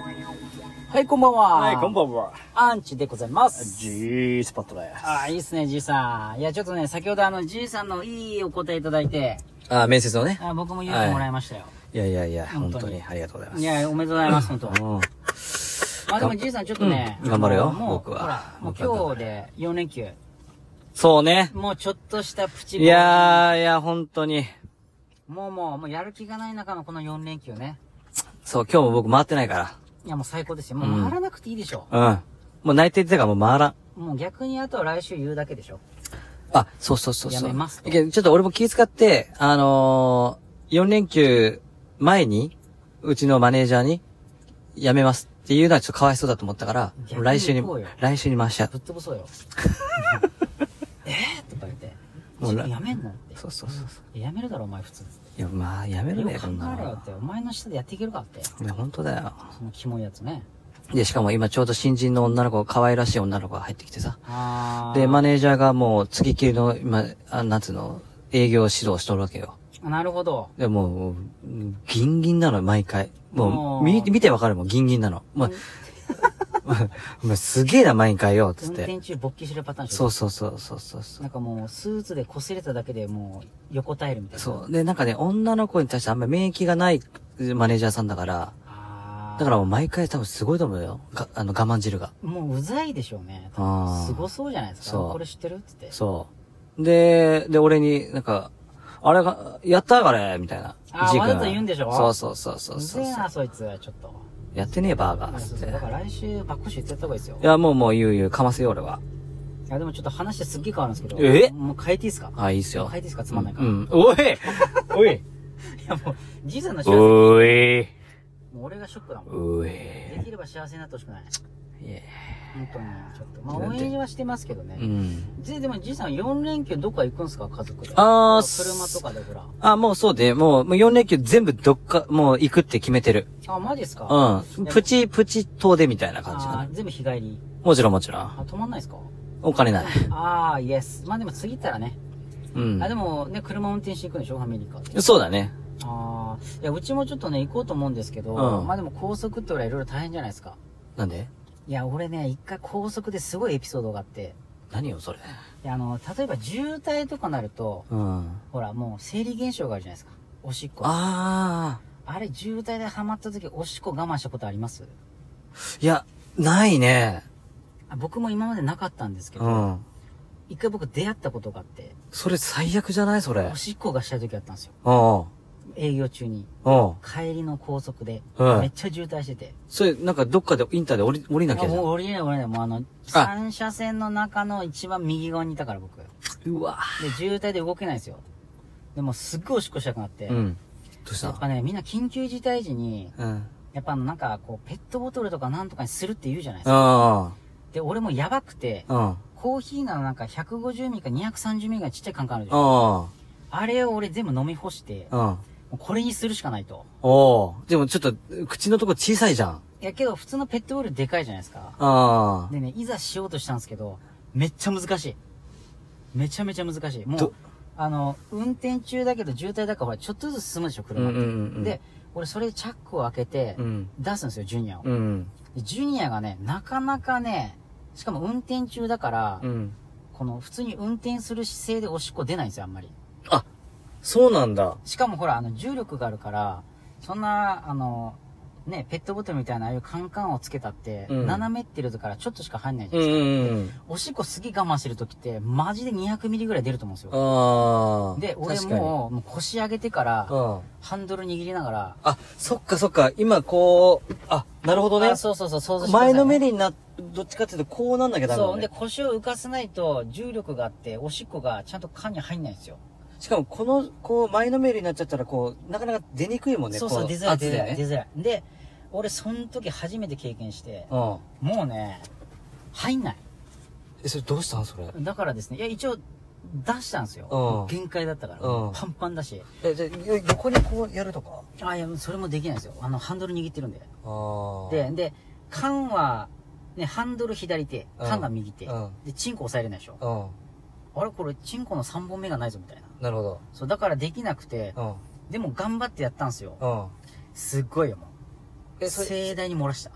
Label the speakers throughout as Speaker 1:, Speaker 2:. Speaker 1: はい、こんばんは。
Speaker 2: はい、こんばんは。
Speaker 1: アンチでございます。
Speaker 2: ジースポットです。
Speaker 1: ああ、いいっすね、じいさん。いや、ちょっとね、先ほどあの、じいさんのいいお答えいただいて、
Speaker 2: あ、面接をね。
Speaker 1: あ僕も勇気もらいましたよ。
Speaker 2: いやいやいや、
Speaker 1: 本
Speaker 2: 本
Speaker 1: 当に
Speaker 2: 当にありがとうございま
Speaker 1: い、
Speaker 2: す。
Speaker 1: や、おめでとうございます、本当。
Speaker 2: うん。
Speaker 1: まあでもじいさん、ちょっとね、
Speaker 2: うん頑張るよ
Speaker 1: もう
Speaker 2: 僕は
Speaker 1: ほら、もう今日で4連休。
Speaker 2: そうね。
Speaker 1: もうちょっとしたプチ
Speaker 2: いやー、いや、本当に。
Speaker 1: もうもう、もうやる気がない中のこの4連休ね。
Speaker 2: そう、今日も僕回ってないか
Speaker 1: いや、もう最高ですよ。もう回らなくていいでしょ。
Speaker 2: ら。うん。もう内定出たからもう回らん。
Speaker 1: もう逆にあとは来週言うだけでしょ。
Speaker 2: あ、そうそうそうそう。
Speaker 1: やめますと
Speaker 2: いやちょっと俺も気遣って、あのー、4連休前に、うちのマネージャーに、辞めますっていうのはちょっとかわいそうだと思ったから、
Speaker 1: 逆に
Speaker 2: 来週に
Speaker 1: 行こうよ、
Speaker 2: 来週に回しちゃう
Speaker 1: ぶっ。飛ばそうよ。 えーとか言って。
Speaker 2: も
Speaker 1: も
Speaker 2: う
Speaker 1: う
Speaker 2: ら
Speaker 1: やめんのって。
Speaker 2: そうそうそうそ
Speaker 1: やめるだろ、お前普通。
Speaker 2: いや、まあ、辞める
Speaker 1: よ
Speaker 2: ね、
Speaker 1: く考
Speaker 2: こんな
Speaker 1: えろよ
Speaker 2: の
Speaker 1: っ。て。お前の下でやっていけるかって。
Speaker 2: いや、本当だよ。
Speaker 1: そのキモいやつね。
Speaker 2: で、しかも今ちょうど新人の女の子、可愛らしい女の子が入ってきてさ。
Speaker 1: あ
Speaker 2: で、マ
Speaker 1: ね。
Speaker 2: ネージャーがもう、次きりの、今、あなんつうの、営業指導しとるわけよ。
Speaker 1: あなるほど。
Speaker 2: でもう、もうギンギンなの、毎回。も
Speaker 1: もう
Speaker 2: う、見、見てわかるもん、ギンギンなの。もう、 お前すげえな、毎回よ、つ
Speaker 1: 運
Speaker 2: っ
Speaker 1: 転
Speaker 2: て。
Speaker 1: 中勃起してるパターンでしょ
Speaker 2: そうそうそうそうそうそう。
Speaker 1: なんかもう、スーツで擦れただけでもう、横たえるみたいな。
Speaker 2: そう。で、なんかね、女の子に対してあんまり免疫がないマネージャーさんだから、
Speaker 1: あー
Speaker 2: だからもう毎回多分すごいと思うよ。があの、我慢汁が。
Speaker 1: もううざいでしょうね。
Speaker 2: あー
Speaker 1: すごそうじゃないですか。
Speaker 2: そう
Speaker 1: これ知ってるって言って。
Speaker 2: そう。で、で、俺に、なんか、あれが、やったあれみたいな。
Speaker 1: あー
Speaker 2: ジー君
Speaker 1: わざと言うんでしょ
Speaker 2: そうそうそうそうう
Speaker 1: ぜ
Speaker 2: そう
Speaker 1: えな、そいつ、ちょっと。
Speaker 2: やってねえ、バーガー。
Speaker 1: そ
Speaker 2: つ
Speaker 1: う
Speaker 2: っ
Speaker 1: そ
Speaker 2: て。
Speaker 1: うだか
Speaker 2: い
Speaker 1: ら来週、バックシュ言ってやった方がいいですよ。
Speaker 2: や、もうもう言う言う、かませよ、俺は。
Speaker 1: いや、でもちょっと話してすっげえ変わるんですけど。
Speaker 2: え
Speaker 1: もう変えていいですか
Speaker 2: あ、いいっすよ。
Speaker 1: 変えていいですかつまんないから。
Speaker 2: う
Speaker 1: い
Speaker 2: ん。 おいおい
Speaker 1: や、もう、じいさんの幸せ、もう
Speaker 2: おい
Speaker 1: 俺がショックだもん。
Speaker 2: おい
Speaker 1: できれば幸せになってほしくない。
Speaker 2: いや
Speaker 1: 本当に、ちょっと。まあ、応援はしてますけど
Speaker 2: う
Speaker 1: ね。
Speaker 2: ん。
Speaker 1: で、でもじいさん4連休どっか行くんですか家族で。
Speaker 2: あー
Speaker 1: 車とかでほら。
Speaker 2: あ、もうそうで、もう、もう4連休全部どっか、もう行くって決めてる。
Speaker 1: あ、マジですか
Speaker 2: うん。プ
Speaker 1: チ
Speaker 2: チ、プチ遠出みたいな感じか
Speaker 1: あ
Speaker 2: な
Speaker 1: ー。全部日帰り。
Speaker 2: もちろんもちろん。
Speaker 1: あ、止まんないですか
Speaker 2: お金ない。
Speaker 1: ああ、イエス。まあでも次行ったらね。
Speaker 2: うん。
Speaker 1: あ、でもね、車運転していくんでしょファミリーカーで。
Speaker 2: そうだね。
Speaker 1: ああ。いや、うちもちょっとね、行こうと思うんですけど、
Speaker 2: うん
Speaker 1: まあでも高速って俺はいろいろ大変じゃないですか。
Speaker 2: なんで
Speaker 1: いや、俺ね、一回高速ですごいエピソードがあって、
Speaker 2: 何よ、それ。
Speaker 1: いやあの、例えば渋滞とかなると、
Speaker 2: うん。
Speaker 1: ほら、もう生理現象があるじゃないですか。おしっこ。あ
Speaker 2: あ
Speaker 1: れ、渋滞でハマった時、おしっこ我慢したことあります
Speaker 2: ー。いや、ないね。
Speaker 1: あ僕も今までなかったんですけど、
Speaker 2: うん。
Speaker 1: 一回僕出会ったことがあって、
Speaker 2: それ最悪じゃないそれ
Speaker 1: お。しっこがしたい時あったんですよ。
Speaker 2: うん。
Speaker 1: 営業中に。
Speaker 2: うん。
Speaker 1: 帰りの高速で、
Speaker 2: うん
Speaker 1: めっちゃ渋滞してて。
Speaker 2: それ、なんかどっかで、インターで降り、降りなき
Speaker 1: あ
Speaker 2: ゃじゃ。
Speaker 1: もうん降りれない降りれない。もうあの、三車線の中の一番右側にいたから僕。で、
Speaker 2: うわ
Speaker 1: 渋滞で動けないんですよ。でもうすっごいおしっこしたくなって。
Speaker 2: うん。どうし
Speaker 1: やったぱね、みんな緊急事態時に、
Speaker 2: うん。
Speaker 1: やっぱあのなんかこう、ペットボトルとかなんとかにするって言うじゃないですか。
Speaker 2: あ
Speaker 1: で、俺もやばくて、
Speaker 2: あ。うん。
Speaker 1: コーヒーのなんか150ミリか230ミリがちっちゃい缶缶あるでしょ。
Speaker 2: あ
Speaker 1: あれを俺全部飲み干して、も
Speaker 2: あ。うん。
Speaker 1: うこれにするしかないと。
Speaker 2: おー。でもちょっと、口のとこ小さいじゃん。あ
Speaker 1: いやけど普通のペットボトルでかいじゃないですか。
Speaker 2: あ。
Speaker 1: でね、いざしようとしたんですけど、めっちゃ難しい。めちゃめちゃ難しい。もう
Speaker 2: ど、
Speaker 1: あの、運転中だけど渋滞だからほら、ちょっとずつ進むでしょ、
Speaker 2: うん
Speaker 1: 車
Speaker 2: う
Speaker 1: っ
Speaker 2: ん
Speaker 1: て。
Speaker 2: うん。
Speaker 1: で、、俺それでチャックを開けて
Speaker 2: う、ん。
Speaker 1: 出すんですよ、ジュニアを。
Speaker 2: うん。
Speaker 1: でジュニアがね、なかなかね、しかも運転中だから、
Speaker 2: うん。
Speaker 1: この普通に運転する姿勢でおしっこ出ないんですよ、あんまり。
Speaker 2: あ、そうなんだ。
Speaker 1: しかもほら、あの、重力があるから、そんな、あの、ね、ペットボトルみたいなああいうカンカンをつけたって、
Speaker 2: うん
Speaker 1: 斜めってるからちょっとしか入んないじゃ
Speaker 2: う
Speaker 1: なんいですか。
Speaker 2: うんうん。
Speaker 1: おしっこすげえ我慢してる時って、マジで200ミリぐらい出ると思うんですよ。
Speaker 2: ああ。
Speaker 1: で、俺
Speaker 2: 確かに
Speaker 1: もう、もう腰上げてから、
Speaker 2: うん。
Speaker 1: ハンドル握りながら、
Speaker 2: あ、そっかそっか。今こう、あ、なるほどね
Speaker 1: あ。そうそうそう、想像してください
Speaker 2: 前
Speaker 1: ね
Speaker 2: のめりにな、どっちかっていうとこうなんなきゃダメ
Speaker 1: そ
Speaker 2: だ
Speaker 1: う。
Speaker 2: ね
Speaker 1: で、。腰を浮かせないと、重力があって、おしっこがちゃんと缶に入んないんですよ。
Speaker 2: しかもこの、こう前のめりになっちゃったらこう、なかなか出にくいもんね。
Speaker 1: そうそ
Speaker 2: こ
Speaker 1: う、出づらい、
Speaker 2: 圧
Speaker 1: 出づ
Speaker 2: で
Speaker 1: らい、出
Speaker 2: ね。
Speaker 1: づらい。で、俺、その時初めて経験して、
Speaker 2: うん。
Speaker 1: もうね、入んない。
Speaker 2: え、それどうしたんそれ。
Speaker 1: だからですね、いや、一応、出したんです
Speaker 2: う
Speaker 1: よ
Speaker 2: ん。
Speaker 1: 限界だったから、
Speaker 2: うん
Speaker 1: パンパンだし。
Speaker 2: え、じゃあ、よ横にこうやるとか
Speaker 1: あ、いや、それもできないんですよ。あの、ハンドル握ってるんで。
Speaker 2: ああ。
Speaker 1: で、で、缶は、ね、ハンドル左手、
Speaker 2: うん
Speaker 1: 缶が右手。
Speaker 2: うん
Speaker 1: で、チンコ押さえれないでしょ。
Speaker 2: うん。
Speaker 1: あれこれ、チンコの3本目がないぞ、みたいな。
Speaker 2: なるほど。
Speaker 1: そう、だからできなくて、
Speaker 2: うん。
Speaker 1: でも頑張ってやったんですよ。
Speaker 2: うん。
Speaker 1: すっごいよ、も
Speaker 2: え、
Speaker 1: う。
Speaker 2: それ、
Speaker 1: 盛大に漏らした。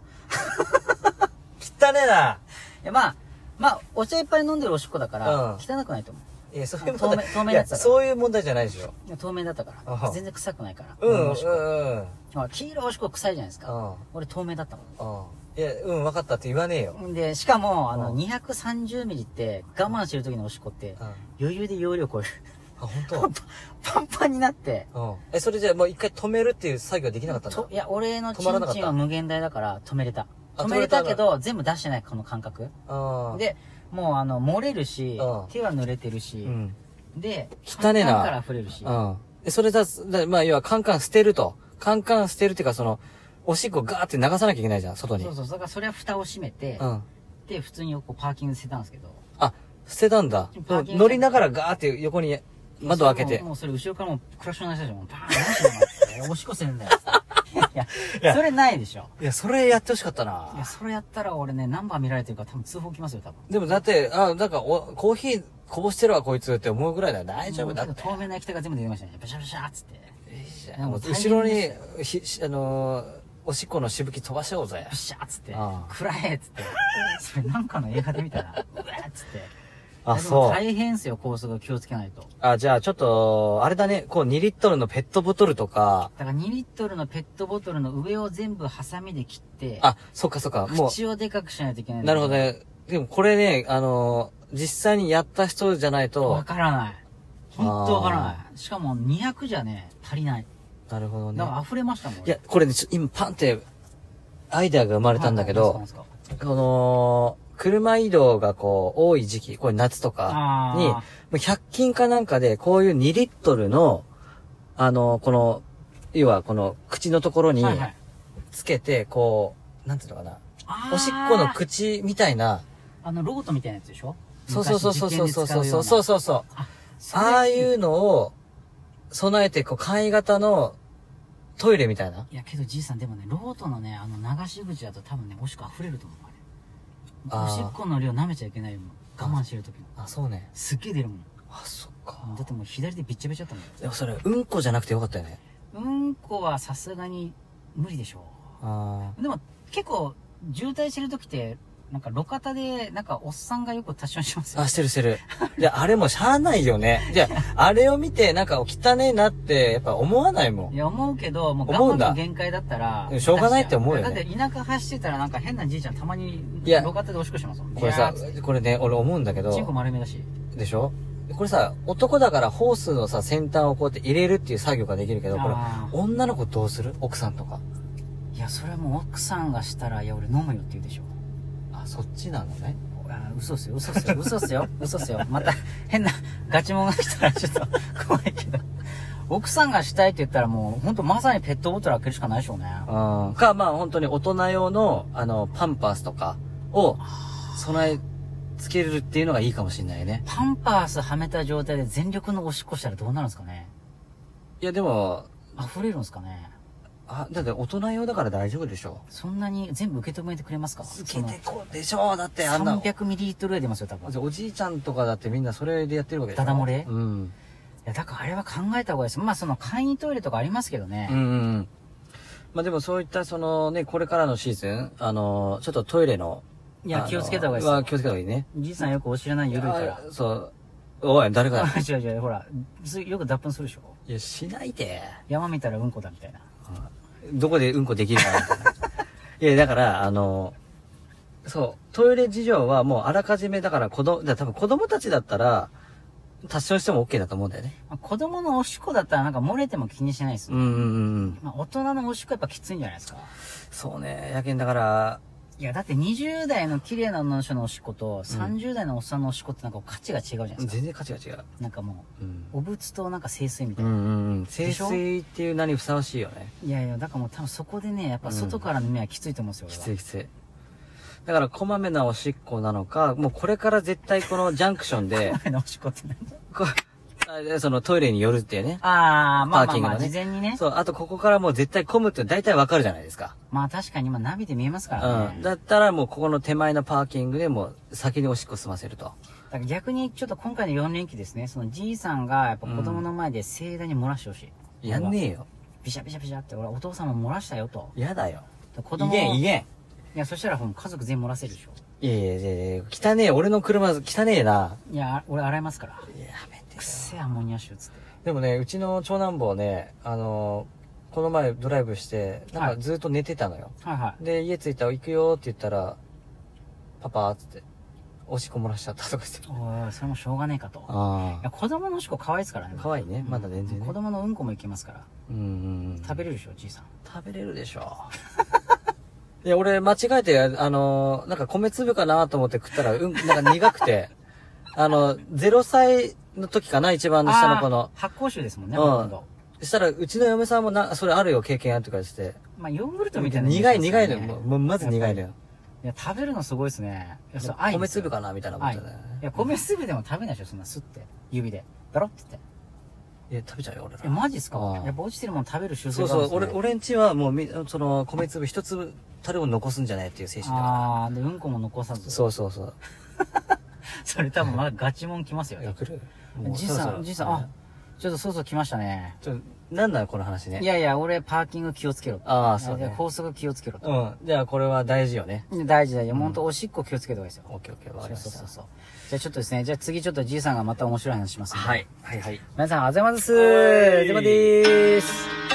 Speaker 2: 汚ねえな。
Speaker 1: いやまあ、まあ、お茶いっぱい飲んでるおしっこだから、
Speaker 2: うん
Speaker 1: 汚くないと思う。
Speaker 2: いや、そういう
Speaker 1: 透
Speaker 2: 問
Speaker 1: 明
Speaker 2: 題。
Speaker 1: 透明ないや
Speaker 2: や
Speaker 1: つだから
Speaker 2: そういう問題じゃないでしょ。
Speaker 1: いや透明だったか
Speaker 2: あは
Speaker 1: ら。全然臭くないから。
Speaker 2: うん、
Speaker 1: 俺
Speaker 2: う
Speaker 1: の
Speaker 2: ん、
Speaker 1: おしっこ
Speaker 2: うん。うん。
Speaker 1: ほら黄色いおしっこ臭いじゃないですか。俺透明だったもん。
Speaker 2: いや、うん、分かったって言わねえよ。
Speaker 1: で、しかも、あの、
Speaker 2: うん
Speaker 1: 230ミリって、我慢してる時のおしっこって
Speaker 2: うん、あ、
Speaker 1: 余裕で容量超える。 パン
Speaker 2: 本
Speaker 1: パンパンになって、
Speaker 2: 当。うん。え、それじゃあもう一回止めるっていう作業はできなかったんだ
Speaker 1: と。いや、俺のチ
Speaker 2: 止まらな
Speaker 1: ン
Speaker 2: かっ
Speaker 1: チ
Speaker 2: た
Speaker 1: ンは無限大だから止めれた。
Speaker 2: あ
Speaker 1: 止めれたけ
Speaker 2: 止めれ
Speaker 1: ど、全部出してない、この感覚。
Speaker 2: ああ。、
Speaker 1: で、もうあの、漏れるし
Speaker 2: うん、
Speaker 1: 手は濡れてるし
Speaker 2: う、ん。
Speaker 1: で、
Speaker 2: 汚ねえな
Speaker 1: カンカンから溢れるし。
Speaker 2: うん。で、それだ、だまあ、要は、カンカン捨てると。カンカン捨てるっていうか、その、おしっこガーって流さなきゃいけないじゃん、外に。
Speaker 1: そうそう、だからそれは蓋を閉めて
Speaker 2: う、ん。
Speaker 1: で、普通にこうパーキングしてたんですけど、
Speaker 2: あ、捨てたんだ。
Speaker 1: パーキング
Speaker 2: 乗りながらガーって横に窓開けて
Speaker 1: もう。もうそれ後ろからもうクラッシュの話だじゃん。もうバーン何しようかなっておしっこするんだよ。いや、それないでしょ。
Speaker 2: いや、それやってほしかった
Speaker 1: いや、
Speaker 2: な。
Speaker 1: それやったら俺ね、ナンバー見られてるから多分通報来ますよ、多分。
Speaker 2: でもだって、あ、なんかお、コーヒーこぼしてるわ、こいつって思うぐらいだよ。大丈夫だ
Speaker 1: も
Speaker 2: っ
Speaker 1: う
Speaker 2: て。
Speaker 1: 透明な液体が全部出てましたね。バシャバシャーっつって。
Speaker 2: いいじゃん
Speaker 1: でも大変
Speaker 2: 後ろに
Speaker 1: で、
Speaker 2: ひ、しあのー、おしっこのしぶき飛ばしちゃおうぜ
Speaker 1: バ。シャーっつって
Speaker 2: あ。あ
Speaker 1: 暗えっつって。それなんかの映画で見たら、うわーっつって。
Speaker 2: あ、
Speaker 1: でも
Speaker 2: そう。
Speaker 1: 大変っすよ、高速気をつけないと。
Speaker 2: あ、じゃあちょっと、あれだね、こう2リットルのペットボトルとか、
Speaker 1: だから2リットルのペットボトルの上を全部ハサミで切って、
Speaker 2: あ、そっかそっか、も
Speaker 1: 口をでかくしないといけな
Speaker 2: う、
Speaker 1: い。
Speaker 2: なるほど。ね。でもこれね、あのー、実際にやった人じゃない
Speaker 1: わ
Speaker 2: と、
Speaker 1: からない。ほんとわからない。しかも200じゃね、足りない。
Speaker 2: なるほどね
Speaker 1: だ。から溢れましたもん。
Speaker 2: い
Speaker 1: 俺
Speaker 2: や、、これね、ちょ今パンって、アイデアが生まれたんだけど
Speaker 1: はい、、はい
Speaker 2: この、車移動がこう、多い時期、これ夏とかに、
Speaker 1: あー
Speaker 2: もう100均かなんかで、こういう2リットルの、あの、この、要はこの、口のところに
Speaker 1: はいはい
Speaker 2: つけて、こう、なんていうのかな、
Speaker 1: あー
Speaker 2: おしっこの口みたいな、
Speaker 1: あの、ロートみたいなやつでしょ
Speaker 2: そうそうそうそうそうそうそうそうそ
Speaker 1: そ。
Speaker 2: うそうそう。ああいううのを、備えて、こう、簡易型のトイレみたいな。
Speaker 1: いや、けどじいさん、でもね、ロートのね、あの、流し口だと多分ね、おしっこ溢れると思う、あれ。
Speaker 2: あ
Speaker 1: お
Speaker 2: ー
Speaker 1: しっこの量舐めちゃいけないよ、もう我慢してるときも。
Speaker 2: あ、そうね。
Speaker 1: すっげえ出るもん。
Speaker 2: あ、そっか。
Speaker 1: だってもう左でびっちゃびちゃだった
Speaker 2: でもそれ、うんこじゃなくてよかったよね。
Speaker 1: もん。うんこはさすがに無理でしょ
Speaker 2: あ
Speaker 1: う。でも、結構、渋滞してるときって、なんか路肩で、なんかおっさんがよくタッションします
Speaker 2: あ。
Speaker 1: よ
Speaker 2: あ、。してるしてる。いや、あれもしゃあないよね。じゃあ、あれを見て、なんか汚ねえなって、やっぱ思わないも
Speaker 1: い
Speaker 2: ん。
Speaker 1: や、思うけど、もう
Speaker 2: 思う
Speaker 1: 我慢
Speaker 2: んだ
Speaker 1: の限界だったら
Speaker 2: うん。しょうがないって思うよね
Speaker 1: だって田舎走ってたらなんか変なじいちゃんたまに、
Speaker 2: いや
Speaker 1: 路肩でおしっこしますもん。
Speaker 2: これ
Speaker 1: いや
Speaker 2: さ
Speaker 1: ーっつって、
Speaker 2: これね、俺思うんだけ
Speaker 1: チンコ
Speaker 2: ど、
Speaker 1: 丸めだし。
Speaker 2: でしょこれさ、男だからホースのさ、先端をこうやって入れるっていう作業ができるけど、これ
Speaker 1: あ、ー
Speaker 2: 女の子どうする奥さんとか。
Speaker 1: いや、それはもう奥さんがしたら、いや、俺飲むよって言うでしょ。
Speaker 2: あ、そっちなのね。
Speaker 1: あー嘘っすよ、嘘っすよ、嘘っすよ、嘘っすよ。 また、変な、ガチもんが来たらちょっと怖いけど。奥さんがしたいって言ったらもう、ほんとまさにペットボトル開けるしかないでしょうね。
Speaker 2: うん。か、まあ本当に大人用の、あの、パンパースとかを、備え、つけるっていうのがいいかもしれないね。
Speaker 1: パンパースはめた状態で全力のおしっこしたらどうなるんですかね
Speaker 2: いや、でも、
Speaker 1: 溢れるんですかね
Speaker 2: あ、だって大人用だから大丈夫でしょ。
Speaker 1: そんなに全部受け止めてくれますか
Speaker 2: つけてこうでしょだってあんな。
Speaker 1: 300ミリリットルぐらい出ますよ、多分。い
Speaker 2: おじいちゃんとかだってみんなそれでやってるわけでしょ。
Speaker 1: ダダ漏れ
Speaker 2: うん。
Speaker 1: や、だからあれは考えた方がいいです。まあ、その、簡易トイレとかありますけどね。
Speaker 2: うんうん。まあでもそういったそのね、これからのシーズン、あの、ちょっとトイレの。
Speaker 1: いや
Speaker 2: あの
Speaker 1: 気をつけた方がいいですよ
Speaker 2: は気をつけた方がいいね。
Speaker 1: じいさんよくお知らない緩いから。
Speaker 2: あそう。おい、誰かだ。
Speaker 1: 違う違う、ほら、すよく脱粉するでしょ
Speaker 2: いや、しないで。
Speaker 1: 山見たらうんこだみたいな。
Speaker 2: どこでうんこできるかなみたいな。いや、だから、あの、そう、トイレ事情はもうあらかじめ、だから子供、だから多分子供たちだったら、達成しても OK だと思うんだよね。
Speaker 1: まあ子供のおしっこだったらなんか漏れても気にしないです
Speaker 2: う。んうんうんうん。
Speaker 1: まあ、大人のおしっこやっぱきついんじゃないですか。
Speaker 2: そうね、やけんだから、
Speaker 1: いや、だって20代の綺麗な女の人のおしっこと、30代のおっさんのおしっこってなんか価値が違うじゃないですか。
Speaker 2: 全然価値が違う。
Speaker 1: なんかも
Speaker 2: うん。
Speaker 1: う、お仏となんか清水みた
Speaker 2: う
Speaker 1: い
Speaker 2: ん
Speaker 1: な。
Speaker 2: うんうん。
Speaker 1: しょ
Speaker 2: 清水っていう名にふさわしいよね。
Speaker 1: いやいや、だからもう多分そこでね、やっぱ外からの目はきついと思うんですよ、
Speaker 2: き
Speaker 1: 俺は
Speaker 2: ついきつい。だから、こまめなおしっこなのか、もうこれから絶対このジャンクションで
Speaker 1: お、前のお しっこって何
Speaker 2: こあでそのトイレに寄るっていうね。
Speaker 1: あー、まあ
Speaker 2: パ
Speaker 1: ま
Speaker 2: ー
Speaker 1: あ
Speaker 2: キング
Speaker 1: ま
Speaker 2: の
Speaker 1: あ、
Speaker 2: ね
Speaker 1: 事前にね。
Speaker 2: そう、あとここからもう絶対混むって大体わかるじゃないですか。
Speaker 1: まあ確かに今ナビで見えますから
Speaker 2: う
Speaker 1: ね。
Speaker 2: ん。
Speaker 1: だ
Speaker 2: だったらもうここの手前のパーキングでもう先におしっこ済ませると。
Speaker 1: から逆にちょっと今回の4連休ですね、そのじいさんがやっぱ子供の前で盛大に漏らしてほしい。
Speaker 2: やんねえよ。
Speaker 1: ビシャビシャビシャって、俺お父さんも漏らしたよと。
Speaker 2: やだよ。
Speaker 1: 子
Speaker 2: い
Speaker 1: 供
Speaker 2: げん、いげん。
Speaker 1: いや、そしたらほん家族全員漏らせるでしょ。
Speaker 2: いやいやいやいや、汚ねえ、俺の車、汚ねえな。
Speaker 1: いや、俺洗いますから。
Speaker 2: いややめて
Speaker 1: くっせえアンモニア臭っつって。
Speaker 2: でもね、うちの長男坊ね、あのーこの前ドライブして、なん
Speaker 1: は
Speaker 2: か
Speaker 1: い
Speaker 2: ずっと寝てたのよ。
Speaker 1: はいはい。
Speaker 2: で、家着いたら行くよって言ったら、パパっつって、おしっこ漏らしちゃったとか言って。
Speaker 1: おい、それもしょうがねえかと。
Speaker 2: あ
Speaker 1: いや、子供のおしっこ可愛いですからね。
Speaker 2: 可愛いねまだ全然ね
Speaker 1: うん子供のうんこもいけますから。
Speaker 2: うんうんうん。
Speaker 1: 食べれるでしょ、じいさん。
Speaker 2: 食べれるでしょ。 いや、俺、間違えて、あの、なんか米粒かなと思って食ったら、うん、なんか苦くて、 あの、0歳の時かな、一番の下の子の。
Speaker 1: あー発酵臭ですもんね、
Speaker 2: うん
Speaker 1: ほとんど。
Speaker 2: したら、うちの嫁さんもな、それあるよ、経験あるとか言ってて。
Speaker 1: まあ、ヨーグルトみたいな匂
Speaker 2: 苦い、
Speaker 1: します
Speaker 2: 苦
Speaker 1: よ
Speaker 2: い
Speaker 1: ね
Speaker 2: のよ。もうもうまず苦いの
Speaker 1: やっぱ
Speaker 2: よ。
Speaker 1: りいや、食べるのすごいですね。いや、そう、愛で
Speaker 2: 米
Speaker 1: すよ
Speaker 2: 粒かな、みたいなこ
Speaker 1: 愛
Speaker 2: とだよ
Speaker 1: い
Speaker 2: ね。
Speaker 1: や、米粒でも食べないでしょ、そんな、すって。指で。だろって言って。
Speaker 2: いや、食べちゃうよ、俺
Speaker 1: え、
Speaker 2: ら。
Speaker 1: マジっすか
Speaker 2: あー
Speaker 1: やっぱ落ちてるもの食べる習性
Speaker 2: そう
Speaker 1: がある
Speaker 2: そ
Speaker 1: んで
Speaker 2: う
Speaker 1: す、ね
Speaker 2: 俺、俺んちはもうみ、その、米粒一粒、たれを残すんじゃないっていう精神だか
Speaker 1: あー、で、うんこも残さ
Speaker 2: ら。
Speaker 1: ず。
Speaker 2: そうそうそう。
Speaker 1: それ多分まだガチもん来ますよ。
Speaker 2: いや来るもう
Speaker 1: じい
Speaker 2: そろ
Speaker 1: さ
Speaker 2: そ
Speaker 1: ん、
Speaker 2: ろ
Speaker 1: じいさん、あ、ちょっとそうそう来ましたね。
Speaker 2: ちょ、なんなのこの話ね。
Speaker 1: いやいや、俺パーキング気をつけろと。
Speaker 2: ああ、そうね。
Speaker 1: 高速気をつけろと。
Speaker 2: うん。じゃあ、これは大事よね。
Speaker 1: 大事だよ。ほんとおしっこ気をつけた方がいいですよ。
Speaker 2: オッケーオッケー、わ
Speaker 1: そ
Speaker 2: かり
Speaker 1: う
Speaker 2: まし
Speaker 1: そう
Speaker 2: た。
Speaker 1: そうそう。じゃあちょっとですね、じゃあ次ちょっとじいさんがまた面白い話しますんで。
Speaker 2: はい。はいはい。
Speaker 1: 皆さん、あざいます
Speaker 2: おーい
Speaker 1: でまでーす。